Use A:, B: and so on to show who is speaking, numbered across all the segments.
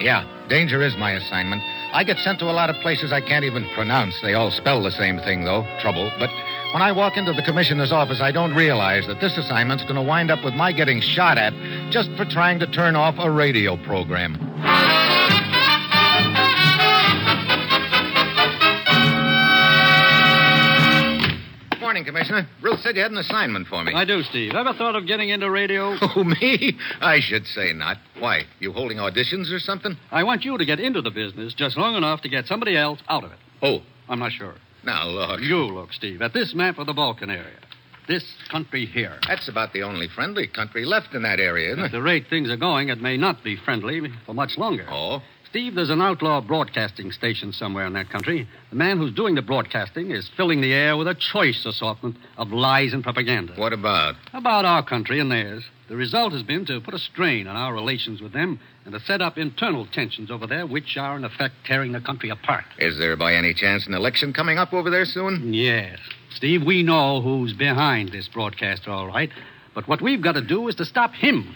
A: Yeah, danger is my assignment. I get sent to a lot of places I can't even pronounce. They all spell the same thing, though trouble. But when I walk into the commissioner's office, I don't realize that this assignment's going to wind up with my getting shot at just for trying to turn off a radio program. Morning, Commissioner. Ruth said you had an assignment for me.
B: I do, Steve. Ever thought of getting into radio?
A: Oh, me? I should say not. Why? You holding auditions or something?
B: I want you to get into the business just long enough to get somebody else out of it.
A: Oh,
B: I'm not sure.
A: now look.
B: You look, Steve, at this map of the Balkan area. This country here.
A: That's about the only friendly country left in that area, isn't
B: At
A: it?
B: the rate things are going, it may not be friendly for much longer.
A: Oh,
B: Steve, there's an outlaw broadcasting station somewhere in that country. The man who's doing the broadcasting is filling the air with a choice assortment of lies and propaganda.
A: what about?
B: About our country and theirs. The result has been to put a strain on our relations with them and to set up internal tensions over there, which are, in effect, tearing the country apart.
A: Is there by any chance an election coming up over there soon?
B: Yes. Steve, we know who's behind this broadcaster, all right. But what we've got to do is to stop him.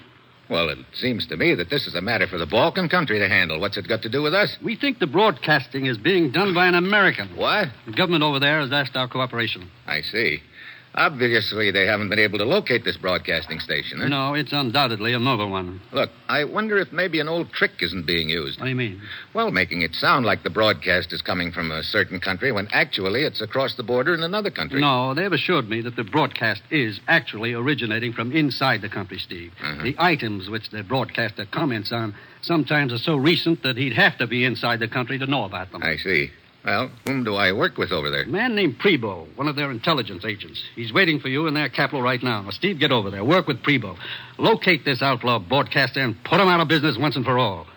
A: Well, it seems to me that this is a matter for the Balkan country to handle. What's it got to do with us?
B: We think the broadcasting is being done by an American.
A: What?
B: The government over there has asked our cooperation.
A: I see. Obviously, they haven't been able to locate this broadcasting station. Huh?
B: No, it's undoubtedly a novel one.
A: Look, I wonder if maybe an old trick isn't being used.
B: What do you mean?
A: Well, making it sound like the broadcast is coming from a certain country when actually it's across the border in another country.
B: No, they've assured me that the broadcast is actually originating from inside the country, Steve.
A: Uh-huh.
B: The items which the broadcaster comments on sometimes are so recent that he'd have to be inside the country to know about them.
A: I see. Well, whom do I work with over there?
B: A man named Prebo, one of their intelligence agents. He's waiting for you in their capital right now. Now, Steve, get over there. Work with Prebo. Locate this outlaw broadcaster and put him out of business once and for all.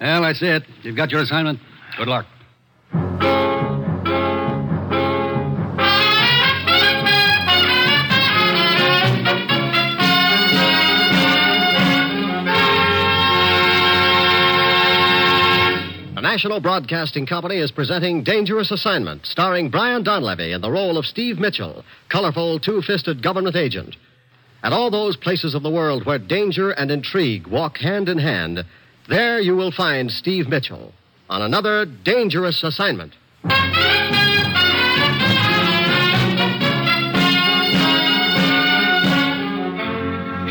B: Well, that's it. You've got your assignment. Good luck.
C: The National Broadcasting Company is presenting Dangerous Assignment, starring Brian Donlevy in the role of Steve Mitchell, colorful, two fisted government agent. At all those places of the world where danger and intrigue walk hand in hand, there you will find Steve Mitchell on another Dangerous Assignment.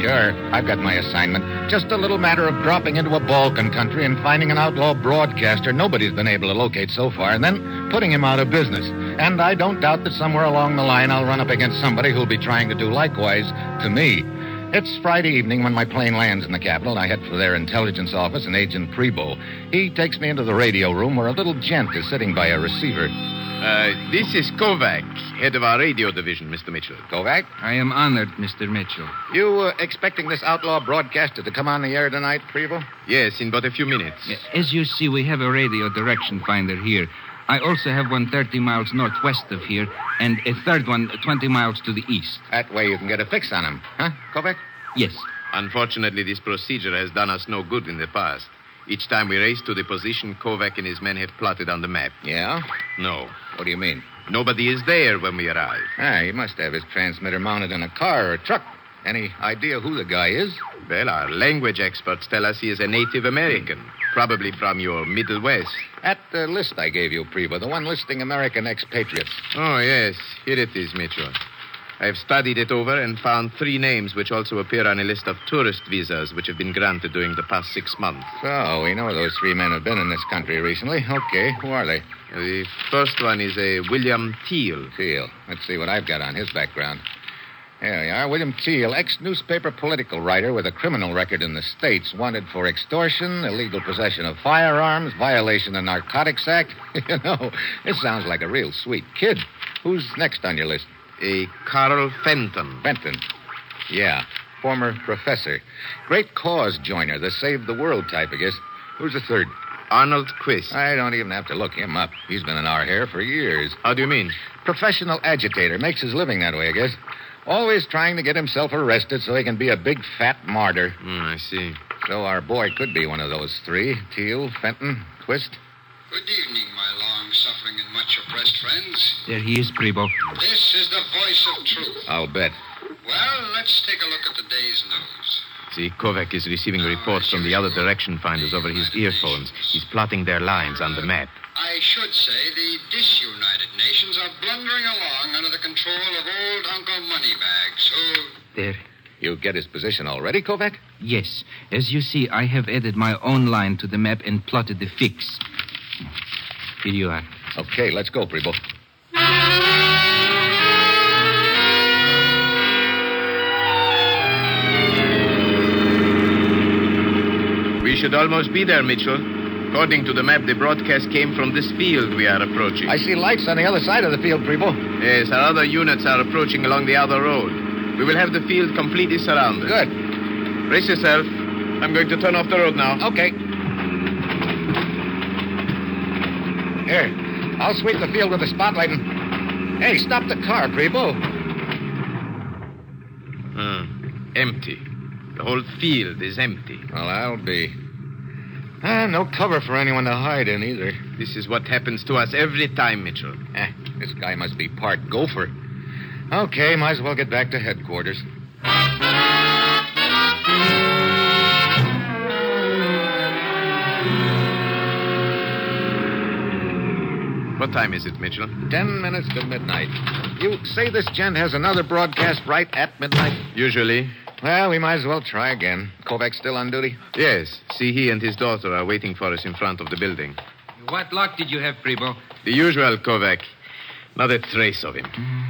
A: Sure, I've got my assignment. Just a little matter of dropping into a Balkan country and finding an outlaw broadcaster nobody's been able to locate so far, and then putting him out of business. And I don't doubt that somewhere along the line I'll run up against somebody who'll be trying to do likewise to me. It's Friday evening when my plane lands in the capital, and I head for their intelligence office and Agent Prebo. He takes me into the radio room where a little gent is sitting by a receiver.
D: Uh, this is Kovac, head of our radio division, Mr. Mitchell.
A: Kovac,
E: I am honored, Mr. Mitchell.
A: you uh, expecting this outlaw broadcaster to come on the air tonight, Prebo?
D: Yes, in but a few minutes.
E: As you see, we have a radio direction finder here. I also have one 30 miles northwest of here, and a third one 20 miles to the east.
A: That way you can get a fix on him, huh, Kovac?
E: Yes.
D: Unfortunately, this procedure has done us no good in the past. Each time we race to the position Kovac and his men have plotted on the map.
A: Yeah?
D: No.
A: What do you mean?
D: Nobody is there when we arrive.
A: Ah, he must have his transmitter mounted in a car or a truck. Any idea who the guy is?
D: Well, our language experts tell us he is a Native American, probably from your Middle West.
A: At the list I gave you, Priva, the one listing American expatriates.
D: Oh, yes. Here it is, Mitchell. I've studied it over and found three names which also appear on a list of tourist visas which have been granted during the past six months.
A: So, we know those three men have been in this country recently. Okay, who are they?
D: The first one is a William Teal.
A: Teal. Let's see what I've got on his background. Here we are. William Teal, ex newspaper political writer with a criminal record in the States, wanted for extortion, illegal possession of firearms, violation of the Narcotics Act. you know, this sounds like a real sweet kid. Who's next on your list?
D: A Carl Fenton.
A: Benton. Yeah, former professor. Great cause joiner, the save the world type, I guess. Who's the third?
D: Arnold Quist.
A: I don't even have to look him up. He's been in our hair for years.
D: How do you mean?
A: Professional agitator. Makes his living that way, I guess. Always trying to get himself arrested so he can be a big fat martyr.
D: Hmm, I see.
A: So our boy could be one of those three Teal, Fenton, Twist.
F: Good evening, my long suffering and much oppressed friends.
E: There he is, Prebo.
F: This is the voice of truth.
A: I'll bet.
F: Well, let's take a look at the day's news.
D: See, Kovac is receiving reports from the other direction finders over his earphones. He's plotting their lines on the map.
F: I should say the disunited nations are blundering along under the control of old Uncle Moneybags, who.
E: There.
A: You get his position already, Kovac?
E: Yes. As you see, I have added my own line to the map and plotted the fix. Here you are.
A: Okay, let's go, Prebo.
D: We should almost be there, Mitchell. According to the map, the broadcast came from this field we are approaching.
A: I see lights on the other side of the field, Prebo.
D: Yes, our other units are approaching along the other road. We will have the field completely surrounded.
A: Good.
D: Brace yourself. I'm going to turn off the road now.
A: Okay. Here, I'll sweep the field with the spotlight and. Hey, stop the car, Prebo.
D: Hmm. Empty. The whole field is empty.
A: Well, I'll be. Ah, no cover for anyone to hide in either.
D: This is what happens to us every time, Mitchell.
A: Eh, this guy must be part gopher. Okay, might as well get back to headquarters.
D: What time is it, Mitchell?
A: Ten minutes to midnight. You say this gent has another broadcast right at midnight?
D: Usually.
A: Well, we might as well try again. Kovac still on duty?
D: Yes. See, he and his daughter are waiting for us in front of the building.
E: What luck did you have, Prebo?
D: The usual Kovac. Not a trace of him.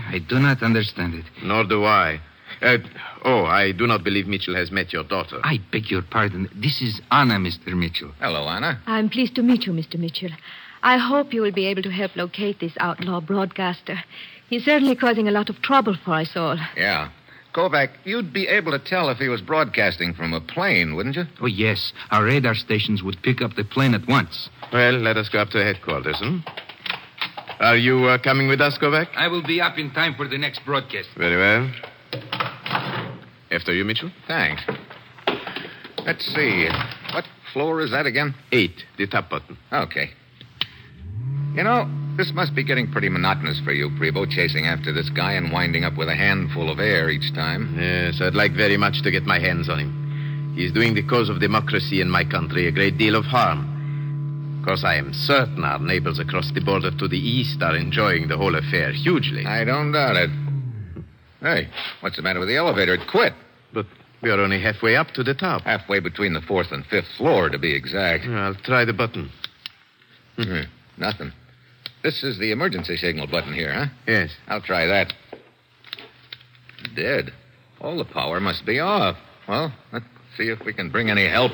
E: I do not understand it.
D: Nor do I. Uh, oh, I do not believe Mitchell has met your daughter.
E: I beg your pardon. This is Anna, Mr. Mitchell.
A: Hello, Anna.
G: I'm pleased to meet you, Mr. Mitchell. I hope you will be able to help locate this outlaw broadcaster. He's certainly causing a lot of trouble for us all.
A: Yeah. Kovac, you'd be able to tell if he was broadcasting from a plane, wouldn't you?
E: Oh, yes. Our radar stations would pick up the plane at once.
D: Well, let us go up to headquarters, hmm? Are you uh, coming with us, Kovac?
E: I will be up in time for the next broadcast.
D: Very well. After you, Mitchell?
A: Thanks. Let's see. What floor is that again?
D: Eight, the top button.
A: Okay. You know, this must be getting pretty monotonous for you, Prebo, chasing after this guy and winding up with a handful of air each time.
D: Yes, I'd like very much to get my hands on him. He's doing the cause of democracy in my country a great deal of harm. Of course, I am certain our neighbors across the border to the east are enjoying the whole affair hugely.
A: I don't doubt it. Hey, what's the matter with the elevator? It quit.
D: But we are only halfway up to the top.
A: Halfway between the fourth and fifth floor, to be exact.
D: I'll try the button.
A: Hmm, Nothing. This is the emergency signal button here, huh?
D: Yes.
A: I'll try that. Dead. All the power must be off. Well, let's see if we can bring any help.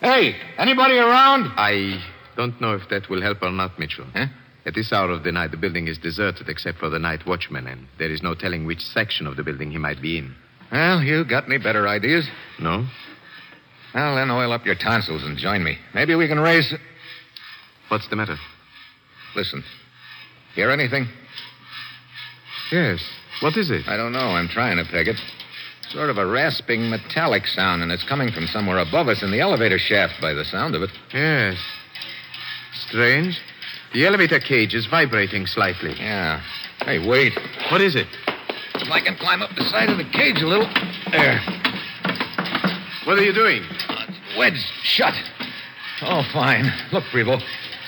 A: Hey, anybody around?
D: I don't know if that will help or not, Mitchell.
A: Huh?
D: At this hour of the night, the building is deserted except for the night watchman, and there is no telling which section of the building he might be in.
A: Well, you got any better ideas?
D: No?
A: Well, then oil up your tonsils and join me. Maybe we can raise.
D: What's the matter?
A: Listen. Hear anything?
D: Yes. What is it?
A: I don't know. I'm trying to peg it. Sort of a rasping metallic sound, and it's coming from somewhere above us in the elevator shaft by the sound of it.
D: Yes. Strange. The elevator cage is vibrating slightly.
A: Yeah. Hey, wait.
D: What is it?
A: If I can climb up the side of the cage a little. There. Uh,
D: What are you doing?
A: Wedge shut. Oh, fine. Look, Prevo.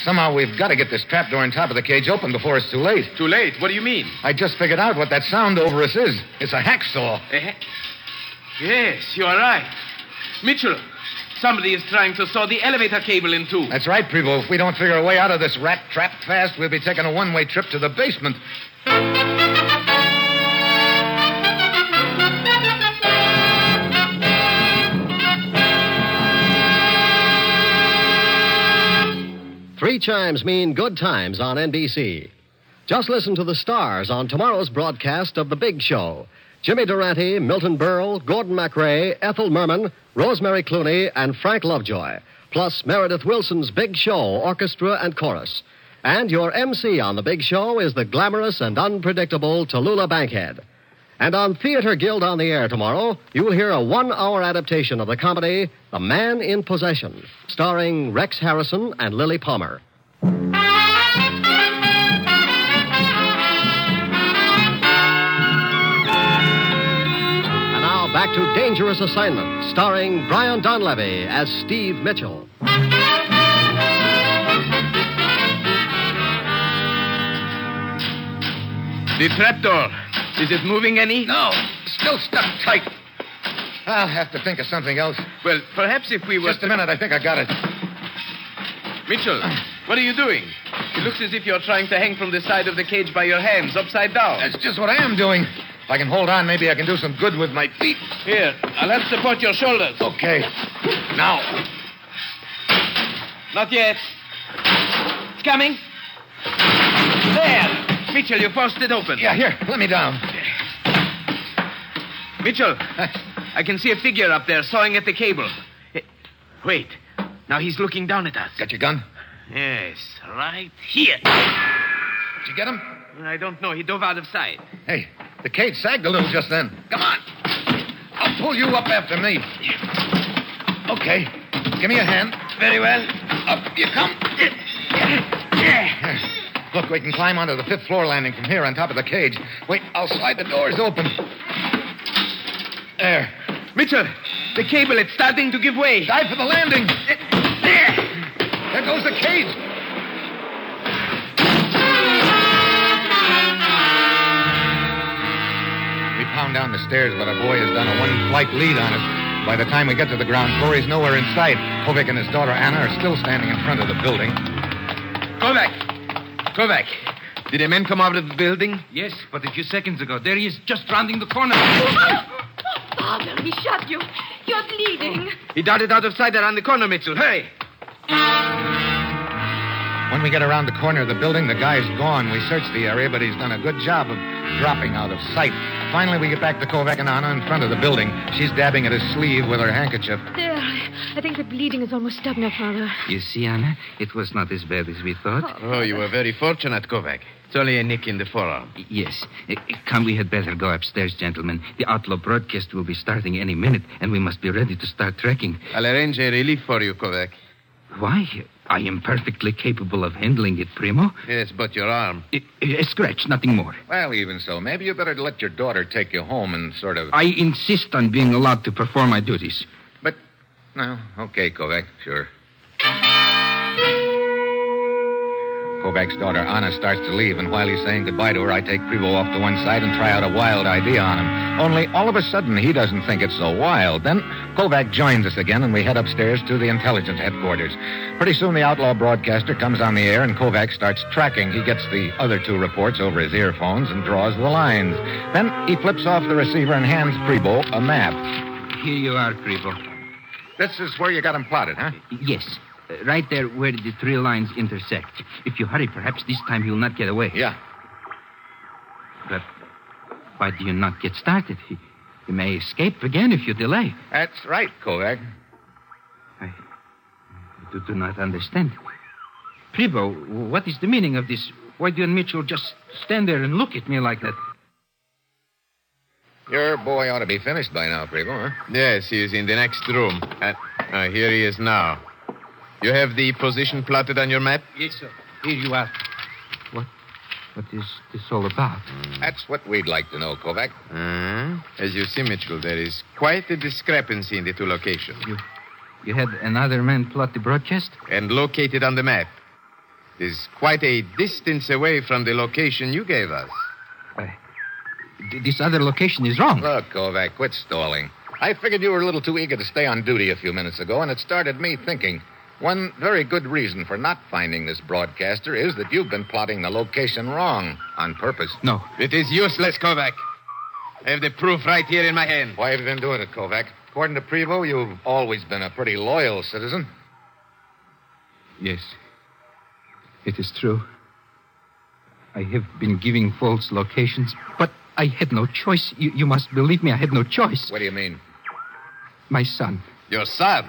A: Somehow we've got to get this trapdoor on top of the cage open before it's too late.
D: Too late. What do you mean?
A: I just figured out what that sound over us is. It's a hacksaw.
H: Eh? Yes, you are right. Mitchell, somebody is trying to saw the elevator cable in two.
A: That's right, Prevo. If we don't figure a way out of this rat trap fast, we'll be taking a one way trip to the basement.
C: Three chimes mean good times on NBC. Just listen to the stars on tomorrow's broadcast of The Big Show Jimmy Durante, Milton Berle, Gordon McRae, Ethel Merman, Rosemary Clooney, and Frank Lovejoy, plus Meredith Wilson's Big Show Orchestra and Chorus. And your MC on The Big Show is the glamorous and unpredictable Tallulah Bankhead. And on Theater Guild on the Air tomorrow, you'll hear a one hour adaptation of the comedy The Man in Possession, starring Rex Harrison and Lily Palmer. And now back to Dangerous Assignment, starring Brian Donlevy as Steve Mitchell.
H: The trapdoor. Is it moving any?
A: No, Oh, still stuck tight. I'll have to think of something else.
H: Well, perhaps if we were.
A: Just a minute. I think I got it.
H: Mitchell, what are you doing? It looks as if you're trying to hang from the side of the cage by your hands, upside down.
A: That's just what I am doing. If I can hold on, maybe I can do some good with my feet.
H: Here, I'll help support your shoulders.
A: Okay. Now.
H: Not yet. It's coming. There! Mitchell, you forced it open.
A: Yeah, here. Let me down.
H: Mitchell, I can see a figure up there sawing at the cable. Eh, Wait. Now he's looking down at us.
A: Got your gun?
H: Yes, right here.
A: Did you get him?
H: I don't know. He dove out of sight.
A: Hey, the cage sagged a little just then. Come on. I'll pull you up after me. Okay. Give me a hand. Very well. Up you come. Look, we can climb onto the fifth floor landing from here on top of the cage. Wait, I'll slide the doors open. There.
H: Mitchell, the cable, it's starting to give way.
A: Dive for the landing.
H: There!
A: There goes the cage. We pound down the stairs, but our boy has done a one flight lead on us. By the time we get to the ground floor, he's nowhere in sight. Kovic and his daughter Anna are still standing in front of the building.
H: Kovac! Kovac! Did the men come out of the building?
E: Yes, but a few seconds ago, there he is, just rounding the corner.
G: Father, he shot you. You're bleeding.
H: He darted out of sight around the corner, Mitchell. Hurry!
A: When we get around the corner of the building, the guy's gone. We search the area, but he's done a good job of dropping out of sight. Finally, we get back to Kovac and Anna in front of the building. She's dabbing at his sleeve with her handkerchief.
G: Oh, There. I think the bleeding is almost stopped now, Father.
E: You see, Anna, it was not as bad as we thought.
D: Oh, you were very fortunate, Kovac. It's only a nick in the forearm.
E: Y- Yes. Uh, uh, Come, we had better go upstairs, gentlemen. The outlaw broadcast will be starting any minute, and we must be ready to start trekking.
D: I'll arrange a relief for you, Kovac.
E: Why? I am perfectly capable of handling it, Primo.
D: Yes, but your arm.
E: I- A scratch, nothing more.
A: Well, even so, maybe you better let your daughter take you home and sort of.
E: I insist on being allowed to perform my duties.
A: But, no, okay, Kovac, sure. Kovac's daughter, Anna, starts to leave, and while he's saying goodbye to her, I take Prevo off to one side and try out a wild idea on him. Only all of a sudden, he doesn't think it's so wild. Then Kovac joins us again, and we head upstairs to the intelligence headquarters. Pretty soon, the outlaw broadcaster comes on the air, and Kovac starts tracking. He gets the other two reports over his earphones and draws the lines. Then he flips off the receiver and hands Prevo a map.
E: Here you are, Primo.
A: This is where you got him plotted, huh?
E: Yes. uh, Right there where the three lines intersect. If you hurry, perhaps this time he'll not get away.
A: Yeah.
E: But why do you not get started? He, he may escape again if you delay.
A: That's right, Kovac.
E: I, I do, do not understand. Privo, what is the meaning of this? Why do you and Mitchell just stand there and look at me like that?
A: Your boy ought to be finished by now, Prevo, huh?
D: Yes, he is in the next room. And uh, here he is now. You have the position plotted on your map?
H: Yes, sir. Here you are.
E: What, What is this all about?
A: That's what we'd like to know, Kovac.
D: Uh, as you see, Mitchell, there is quite a discrepancy in the two locations.
E: You had another man plot the broadcast?
D: And located on the map. It is quite a distance away from the location you gave us.
E: D- this other location is wrong.
A: Look, Kovac, quit stalling. I figured you were a little too eager to stay on duty a few minutes ago, and it started me thinking. One very good reason for not finding this broadcaster is that you've been plotting the location wrong on purpose.
E: No.
D: It is useless, Kovac. I have the proof right here in my hand.
A: Why have you been doing it, Kovac? According to Prevo, you've always been a pretty loyal citizen.
E: Yes. It is true. I have been giving false locations, but I had no choice. You, you must believe me, I had no choice.
A: What do you mean?
E: My son.
D: Your son.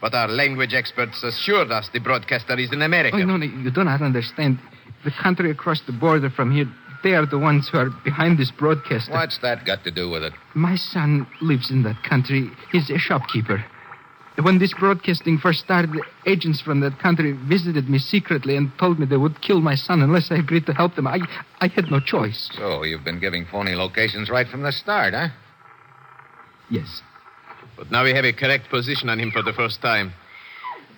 D: But our language experts assured us the broadcaster is an
E: Oh,
D: American.
E: no, no, you do not understand. The country across the border from here, they are the ones who are behind this broadcaster.
A: What's that got to do with it?
E: My son lives in that country. He's a shopkeeper. When this broadcasting first started, agents from that country visited me secretly and told me they would kill my son unless I agreed to help them. I, I had no choice.
A: So, Oh, you've been giving phony locations right from the start, huh?
E: Yes.
D: But now we have a correct position on him for the first time.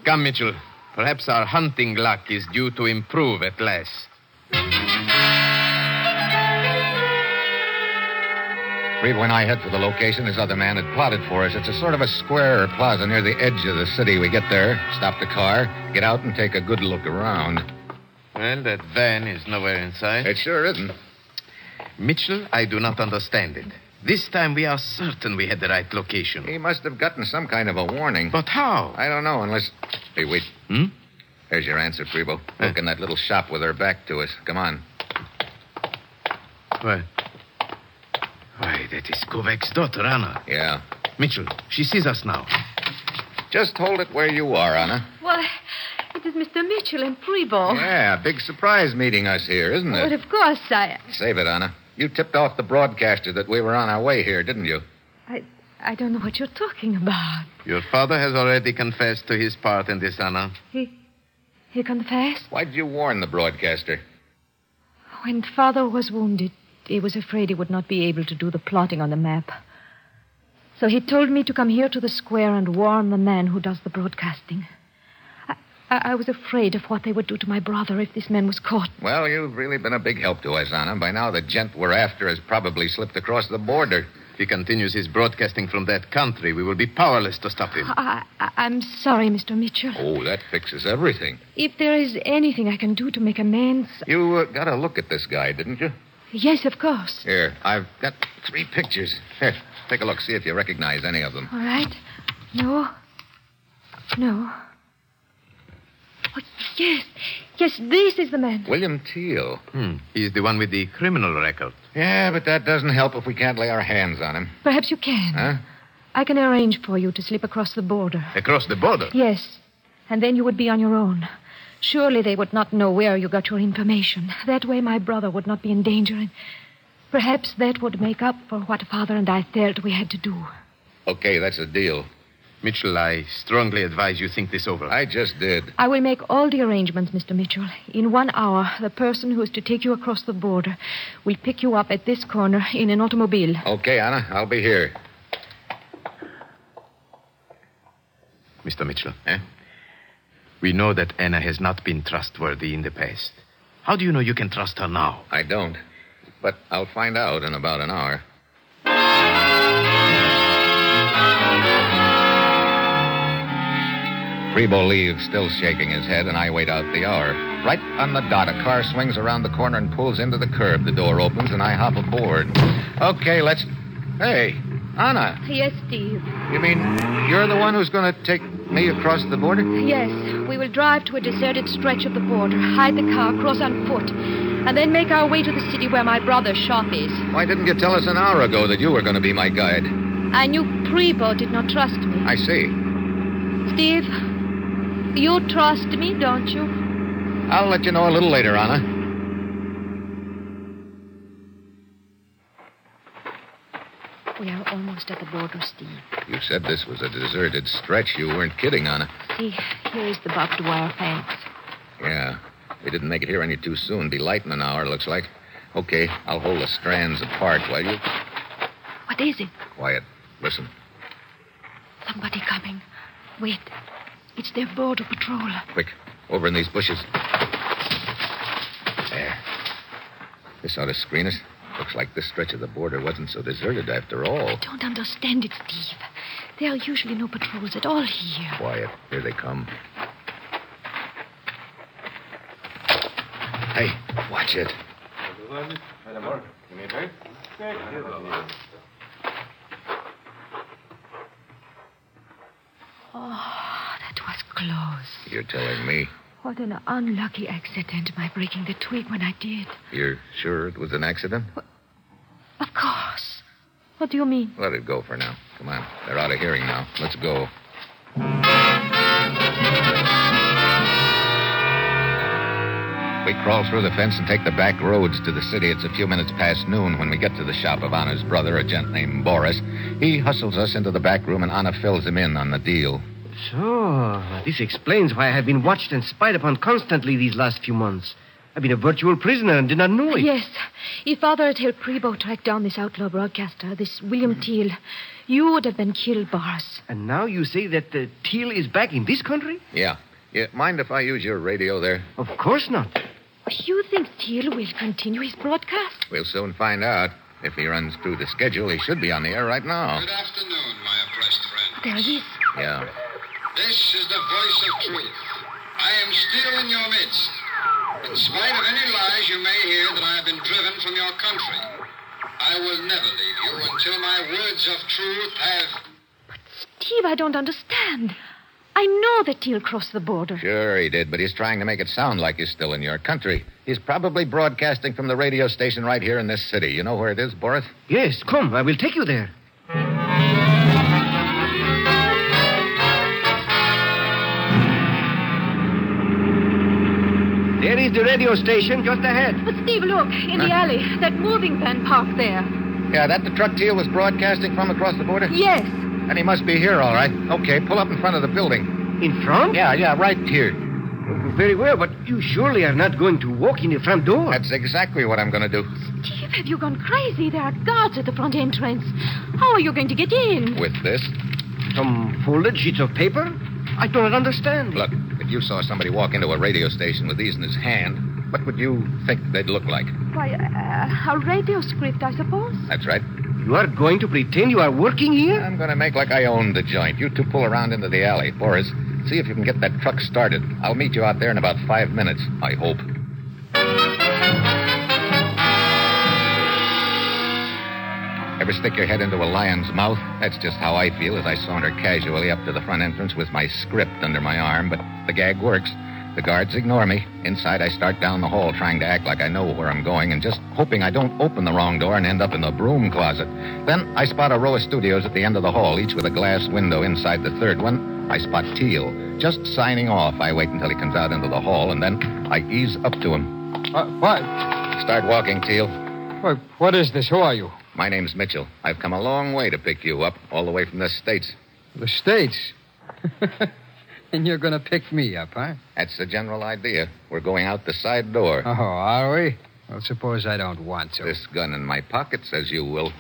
D: Come, Mitchell. Perhaps our hunting luck is due to improve at last.
A: Reeve, when I head for the location this other man had plotted for us, it's a sort of a square or plaza near the edge of the city. We get there, stop the car, get out, and take a good look around.
D: Well, that van is nowhere in sight.
A: It sure isn't.
D: Mitchell, I do not understand it. This time we are certain we had the right location.
A: He must have gotten some kind of a warning.
D: But how?
A: I don't know, unless. Hey, wait.
D: Hmm?
A: There's your answer, Prebo. Look in that little shop with her back to us. Come on.
D: Why? Why, that is Kovac's daughter, Anna.
A: Yeah.
D: Mitchell, she sees us now.
A: Just hold it where you are, Anna.
G: Well, it is Mr. Mitchell and Prevo.
A: Yeah, big surprise meeting us here, isn't
G: But
A: it?
G: of course, I,
A: Save it, Anna. You tipped off the broadcaster that we were on our way here, didn't you?
G: I, I don't know what you're talking about.
D: Your father has already confessed to his part in this, Anna.
G: He, he confessed.
A: Why'd you warn the broadcaster?
G: When father was wounded, he was afraid he would not be able to do the plotting on the map. So he told me to come here to the square and warn the man who does the broadcasting. I, I, I was afraid of what they would do to my brother if this man was caught.
A: Well, you've really been a big help to us, Anna. By now, the gent we're after has probably slipped across the border.
D: If he continues his broadcasting from that country, we will be powerless to stop him.
G: I, I, I'm sorry, Mr. Mitchell.
A: Oh, that fixes everything.
G: If there is anything I can do to make amends,
A: You uh, got a look at this guy, didn't you?
G: yes, of course.
A: Here, I've got three pictures. Here, take a look. See if you recognize any of them.
G: All right. No. No. Oh, yes. Yes, this is the man.
A: William Teal.
D: Hmm. He's the one with the criminal record.
A: Yeah, but that doesn't help if we can't lay our hands on him.
G: Perhaps you can.
A: Huh?
G: I can arrange for you to slip across the border.
D: Across the border?
G: Yes. And then you would be on your own. Surely they would not know where you got your information. That way my brother would not be in danger. And perhaps that would make up for what father and I felt we had to do.
A: Okay, that's a deal.
D: Mitchell, I strongly advise you think this over.
A: I just did.
G: I will make all the arrangements, Mr. Mitchell. In one hour, the person who is to take you across the border will pick you up at this corner in an automobile.
A: Okay, Anna, I'll be here.
D: Mr. Mitchell, eh? We know that Anna has not been trustworthy in the past. How do you know you can trust her now?
A: I don't. But I'll find out in about an hour. Rebo leaves, still shaking his head, and I wait out the hour. Right on the dot, a car swings around the corner and pulls into the curb. The door opens, and I hop aboard. Okay, let's. Hey, Anna,
G: Yes, Steve.
A: you mean you're the one who's going to take me across the border?
G: Yes, we will drive to a deserted stretch of the border, hide the car, cross on foot, and then make our way to the city where my brother's shop is.
A: Why didn't you tell us an hour ago that you were going to be my guide?
G: I knew Prebo did not trust me.
A: I see.
G: Steve, you trust me, don't you?
A: I'll let you know a little later, Anna.
G: We are almost at the border, Steve.
A: You said this was a deserted stretch. You weren't kidding, Anna.
G: See, here is the barbed wire fence.
A: Yeah. We didn't make it here any too soon. Be light in an hour, looks like. Okay, I'll hold the strands apart while you.
G: What is it?
A: Quiet. Listen.
G: Somebody coming. Wait. It's their border patrol.
A: Quick. Over in these bushes. There. This ought to screen us. Looks like this stretch of the border wasn't so deserted after all.
G: I don't understand it, Steve. There are usually no patrols at all here.
A: Quiet. Here they come. Hey, watch it.
G: Oh, that was close.
A: You're telling me
G: What an unlucky accident, my breaking the twig when I did.
A: you're sure it was an accident?
G: Of course. What do you mean?
A: Let it go for now. Come on. They're out of hearing now. Let's go. We crawl through the fence and take the back roads to the city. It's a few minutes past noon when we get to the shop of Anna's brother, a gent named Boris. He hustles us into the back room, and Anna fills him in on the deal.
I: So, this explains why I have been watched and spied upon constantly these last few months. I've been a virtual prisoner and did not know it.
G: Yes. If Father had helped Prebo track down this outlaw broadcaster, this William Teal, you would have been killed, Boris.
I: And now you say that uh, Teal is back in this country?
A: Yeah. yeah. Mind if I use your radio there?
I: Of course not.
G: You think Teal will continue his broadcast?
A: We'll soon find out. If he runs through the schedule, he should be on the air right now.
F: Good afternoon, my oppressed friend.
G: There he is.
A: Yeah.
F: This is the voice of truth. I am still in your midst. In spite of any lies you may hear that I have been driven from your country, I will never leave you until my words of truth have.
G: Steve, I don't understand. I know that Teal crossed the border.
A: Sure, he did, but he's trying to make it sound like he's still in your country. He's probably broadcasting from the radio station right here in this city. You know where it is, Boris?
I: Yes, come, I will take you there. There is the radio station just ahead.
G: But Steve, look, in the alley, that moving van parked there.
A: Yeah, that the truck Teal was broadcasting from across the border?
G: Yes.
A: And he must be here, all right. Okay, pull up in front of the building.
I: In front?
A: Yeah, yeah, right here.
I: Very well, but you surely are not going to walk in the front door.
A: That's exactly what I'm going to do.
G: Steve, have you gone crazy? There are guards at the front entrance. How are you going to get in?
A: With this?
I: Some folded sheets of paper? I do not understand.
A: Look, if you saw somebody walk into a radio station with these in his hand, what would you think they'd look like?
G: Why, uh, a radio script, I suppose.
A: That's right.
I: You are going to pretend you are working here?
A: I'm going to make like I own the joint. You two pull around into the alley. Boris, see if you can get that truck started. I'll meet you out there in about five minutes, I hope. Ever stick your head into a lion's mouth? That's just how I feel as I saunter casually up to the front entrance with my script under my arm, but the gag works. The guards ignore me. Inside, I start down the hall trying to act like I know where I'm going and just hoping I don't open the wrong door and end up in the broom closet. Then I spot a row of studios at the end of the hall, each with a glass window inside the third one. I spot Teal. Just signing off, I wait until he comes out into the hall, and then I ease up to him.
J: Uh, what?
A: Start walking, Teal.
J: What- What is this? Who are you?
A: My name's Mitchell. I've come a long way to pick you up, all the way from the States.
J: The States. and you're going to pick me up, huh?
A: That's the general idea. We're going out the side door.
J: Oh, are we? Well, suppose I don't want to.
A: This gun in my pocket says you will.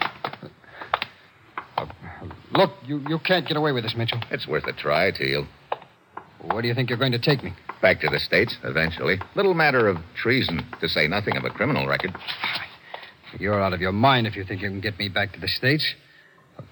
J: Look, you, you can't get away with this, Mitchell.
A: It's worth a try, Teal.
J: Where do you think you're going to take me?
A: Back to the States, eventually. Little matter of treason, to say nothing of a criminal record.
J: You're out of your mind if you think you can get me back to the States.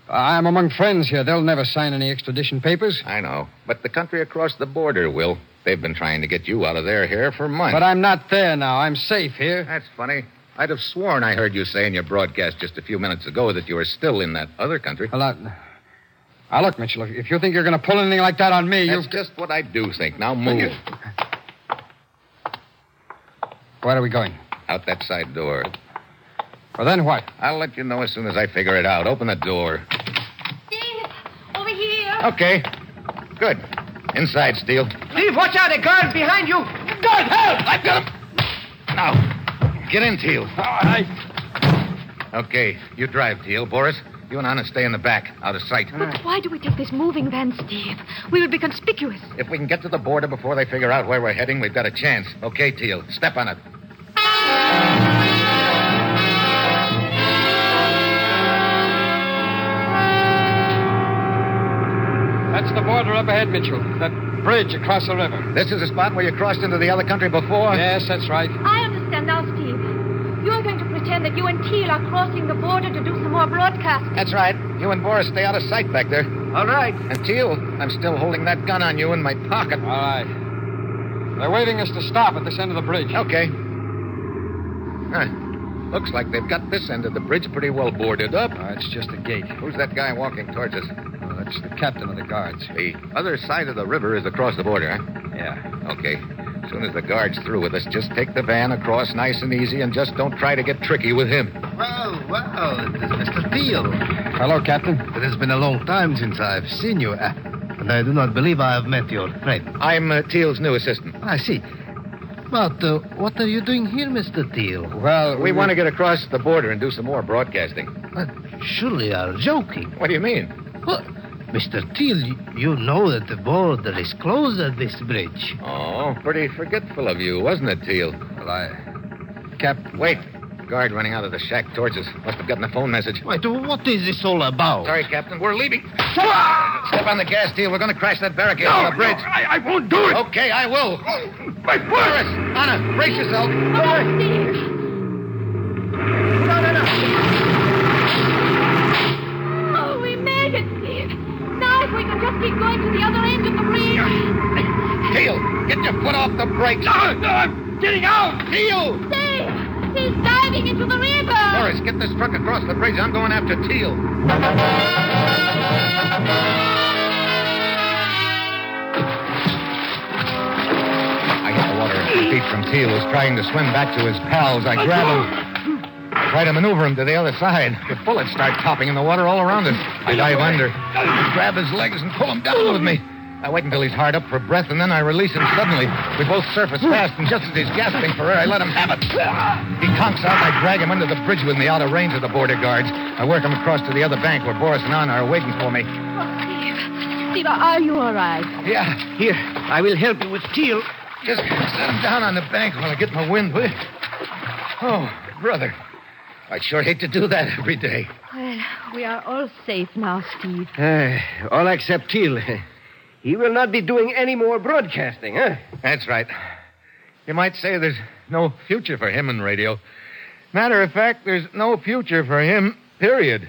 J: I'm among friends here. They'll never sign any extradition papers.
A: I know. But the country across the border will. They've been trying to get you out of their hair for months.
J: But I'm not there now. I'm safe here.
A: That's funny. I'd have sworn I heard you say in your broadcast just a few minutes ago that you were still in that other country.
J: Well, I... Now, look, Mitchell, if- if you think you're going to pull anything like that on me,
A: That's
J: you...
A: just what I do think. Now move.
J: Where are we going?
A: Out that side door.
J: Well, then what?
A: I'll let you know as soon as I figure it out. Open the door.
G: Steve, over here.
A: Okay. Good. Inside, Steele.
I: Steve, watch out, a guard behind you!
A: God help! I've got him. Now, get in, Teal.
J: I...
A: Okay, you drive, Teal. Boris, You and Anna stay in the back, out of sight.
G: But why do we take this moving van, Steve? We will be conspicuous.
A: If we can get to the border before they figure out where we're heading, we've got a chance. Okay, Teal, step on it.
K: That's the border up ahead, Mitchell. That bridge across the river.
A: This is the spot where you crossed into the other country before?
K: Yes, that's right.
G: I understand now, Steve. You're going to pretend that you and Teal are crossing the border to do some more broadcasting.
A: That's right. You and Boris stay out of sight back there.
K: All right.
A: And Teal, I'm still holding that gun on you in my pocket. All
K: right. They're waiting us to stop at this end of the bridge.
L: Oh,
A: Okay. Huh. Looks like they've got this end of the bridge pretty well boarded up.
J: Uh, it's just a gate.
A: Who's that guy walking towards us?
J: that's the captain of the guards.
A: The other side of the river is across the border, huh?
J: Yeah.
A: Okay. As soon as the guard's through with us, just take the van across nice and easy and just don't try to get tricky with him.
L: Wow, wow, it is Mr. Teal.
J: Hello, Captain.
L: It has been a long time since I've seen you, uh, and I do not believe I have met your friend. Ah,
A: I'm uh, Teal's new assistant.
L: I see. But uh, what are you doing here, Mr. Teal?
J: Well,
A: We want to get across the border and do some more broadcasting.
L: Surely you're joking.
A: What do you mean?
L: Well, Mr. Teal, y- you know that the border is closed at this bridge.
A: Oh, pretty forgetful of you, wasn't it, Teal?
J: Well, I. Cap.
A: Wait. Guard running out of the shack towards us. Must have gotten a phone message.
L: Wait, what is this all about?
A: Sorry, Captain. We're leaving. Step on the gas, Teal. We're going to crash that barricade on the bridge.
F: I, I won't do it.
A: Okay, I will.
F: My
A: Boris! Anna, brace yourself.
G: Oh, we made it, Steve. Now if we can just keep going to the other end of the bridge.
A: Teal, get your foot off the brakes. No, no, I'm getting out. Teal!
G: Steve! He's diving into the river!
A: Boris, get this truck across the bridge. I'm going after Teal. I hit the water at my feet from Teal, who's trying to swim back to his pals. I grab him. Try to maneuver him to the other side. The bullets start popping in the water all around him. I dive under. Grab his legs and pull him down with me. I wait until he's hard up for breath, and then I release him suddenly. We both surface fast, and just as he's gasping for air, I let him have it. He conks out, and I drag him under the bridge with me, out of range of the border guards. I work him across to the other bank where Boris and Anna are waiting for me.
G: Steve, are you all right?
A: Yeah,
L: Here, I will help you with Teal.
A: just set him down on the bank while I get my wind, will you? Oh, brother. I'd sure hate to do that every day.
G: Well, we are all safe now, Steve.
I: Uh, all except Teal. He will not be doing any more broadcasting, huh?
A: That's right. You might say there's no future for him in radio. Matter of fact, there's no future for him, period.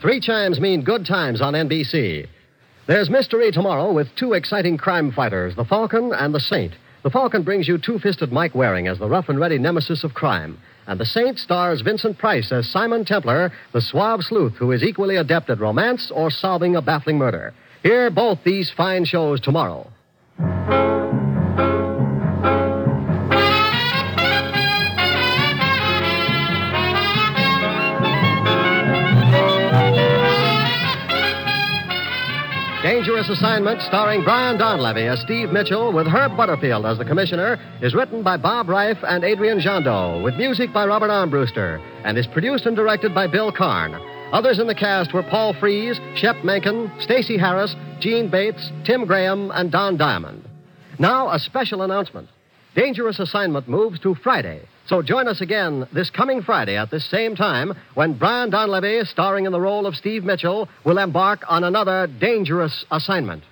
C: Three chimes mean good times on NBC. There's mystery tomorrow with two exciting crime fighters, the Falcon and the Saint. The Falcon brings you two fisted Mike Waring as the rough and ready nemesis of crime. And the Saint stars Vincent Price as Simon Templar, the suave sleuth who is equally adept at romance or solving a baffling murder. Hear both these fine shows tomorrow. Dangerous Assignment, starring Brian Donlevy as Steve Mitchell, with Herb Butterfield as the commissioner, is written by Bob Reif and Adrian Jondo, with music by Robert Armbruster, and is produced and directed by Bill Karn. Others in the cast were Paul Fries, Shep Menken, Stacy Harris, Gene Bates, Tim Graham, and Don Diamond. Now, a special announcement. Dangerous Assignment moves to Friday, so join us again this coming Friday at this same time when Brian Donlevy, starring in the role of Steve Mitchell, will embark on another dangerous assignment.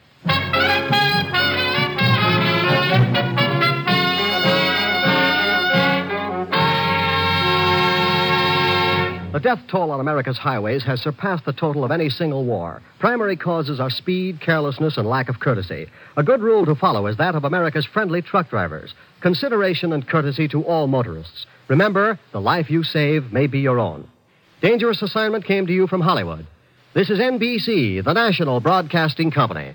C: The death toll on America's highways has surpassed the total of any single war. Primary causes are speed, carelessness, and lack of courtesy. A good rule to follow is that of America's friendly truck drivers consideration and courtesy to all motorists. Remember, the life you save may be your own. Dangerous Assignment came to you from Hollywood. This is NBC, the national broadcasting company.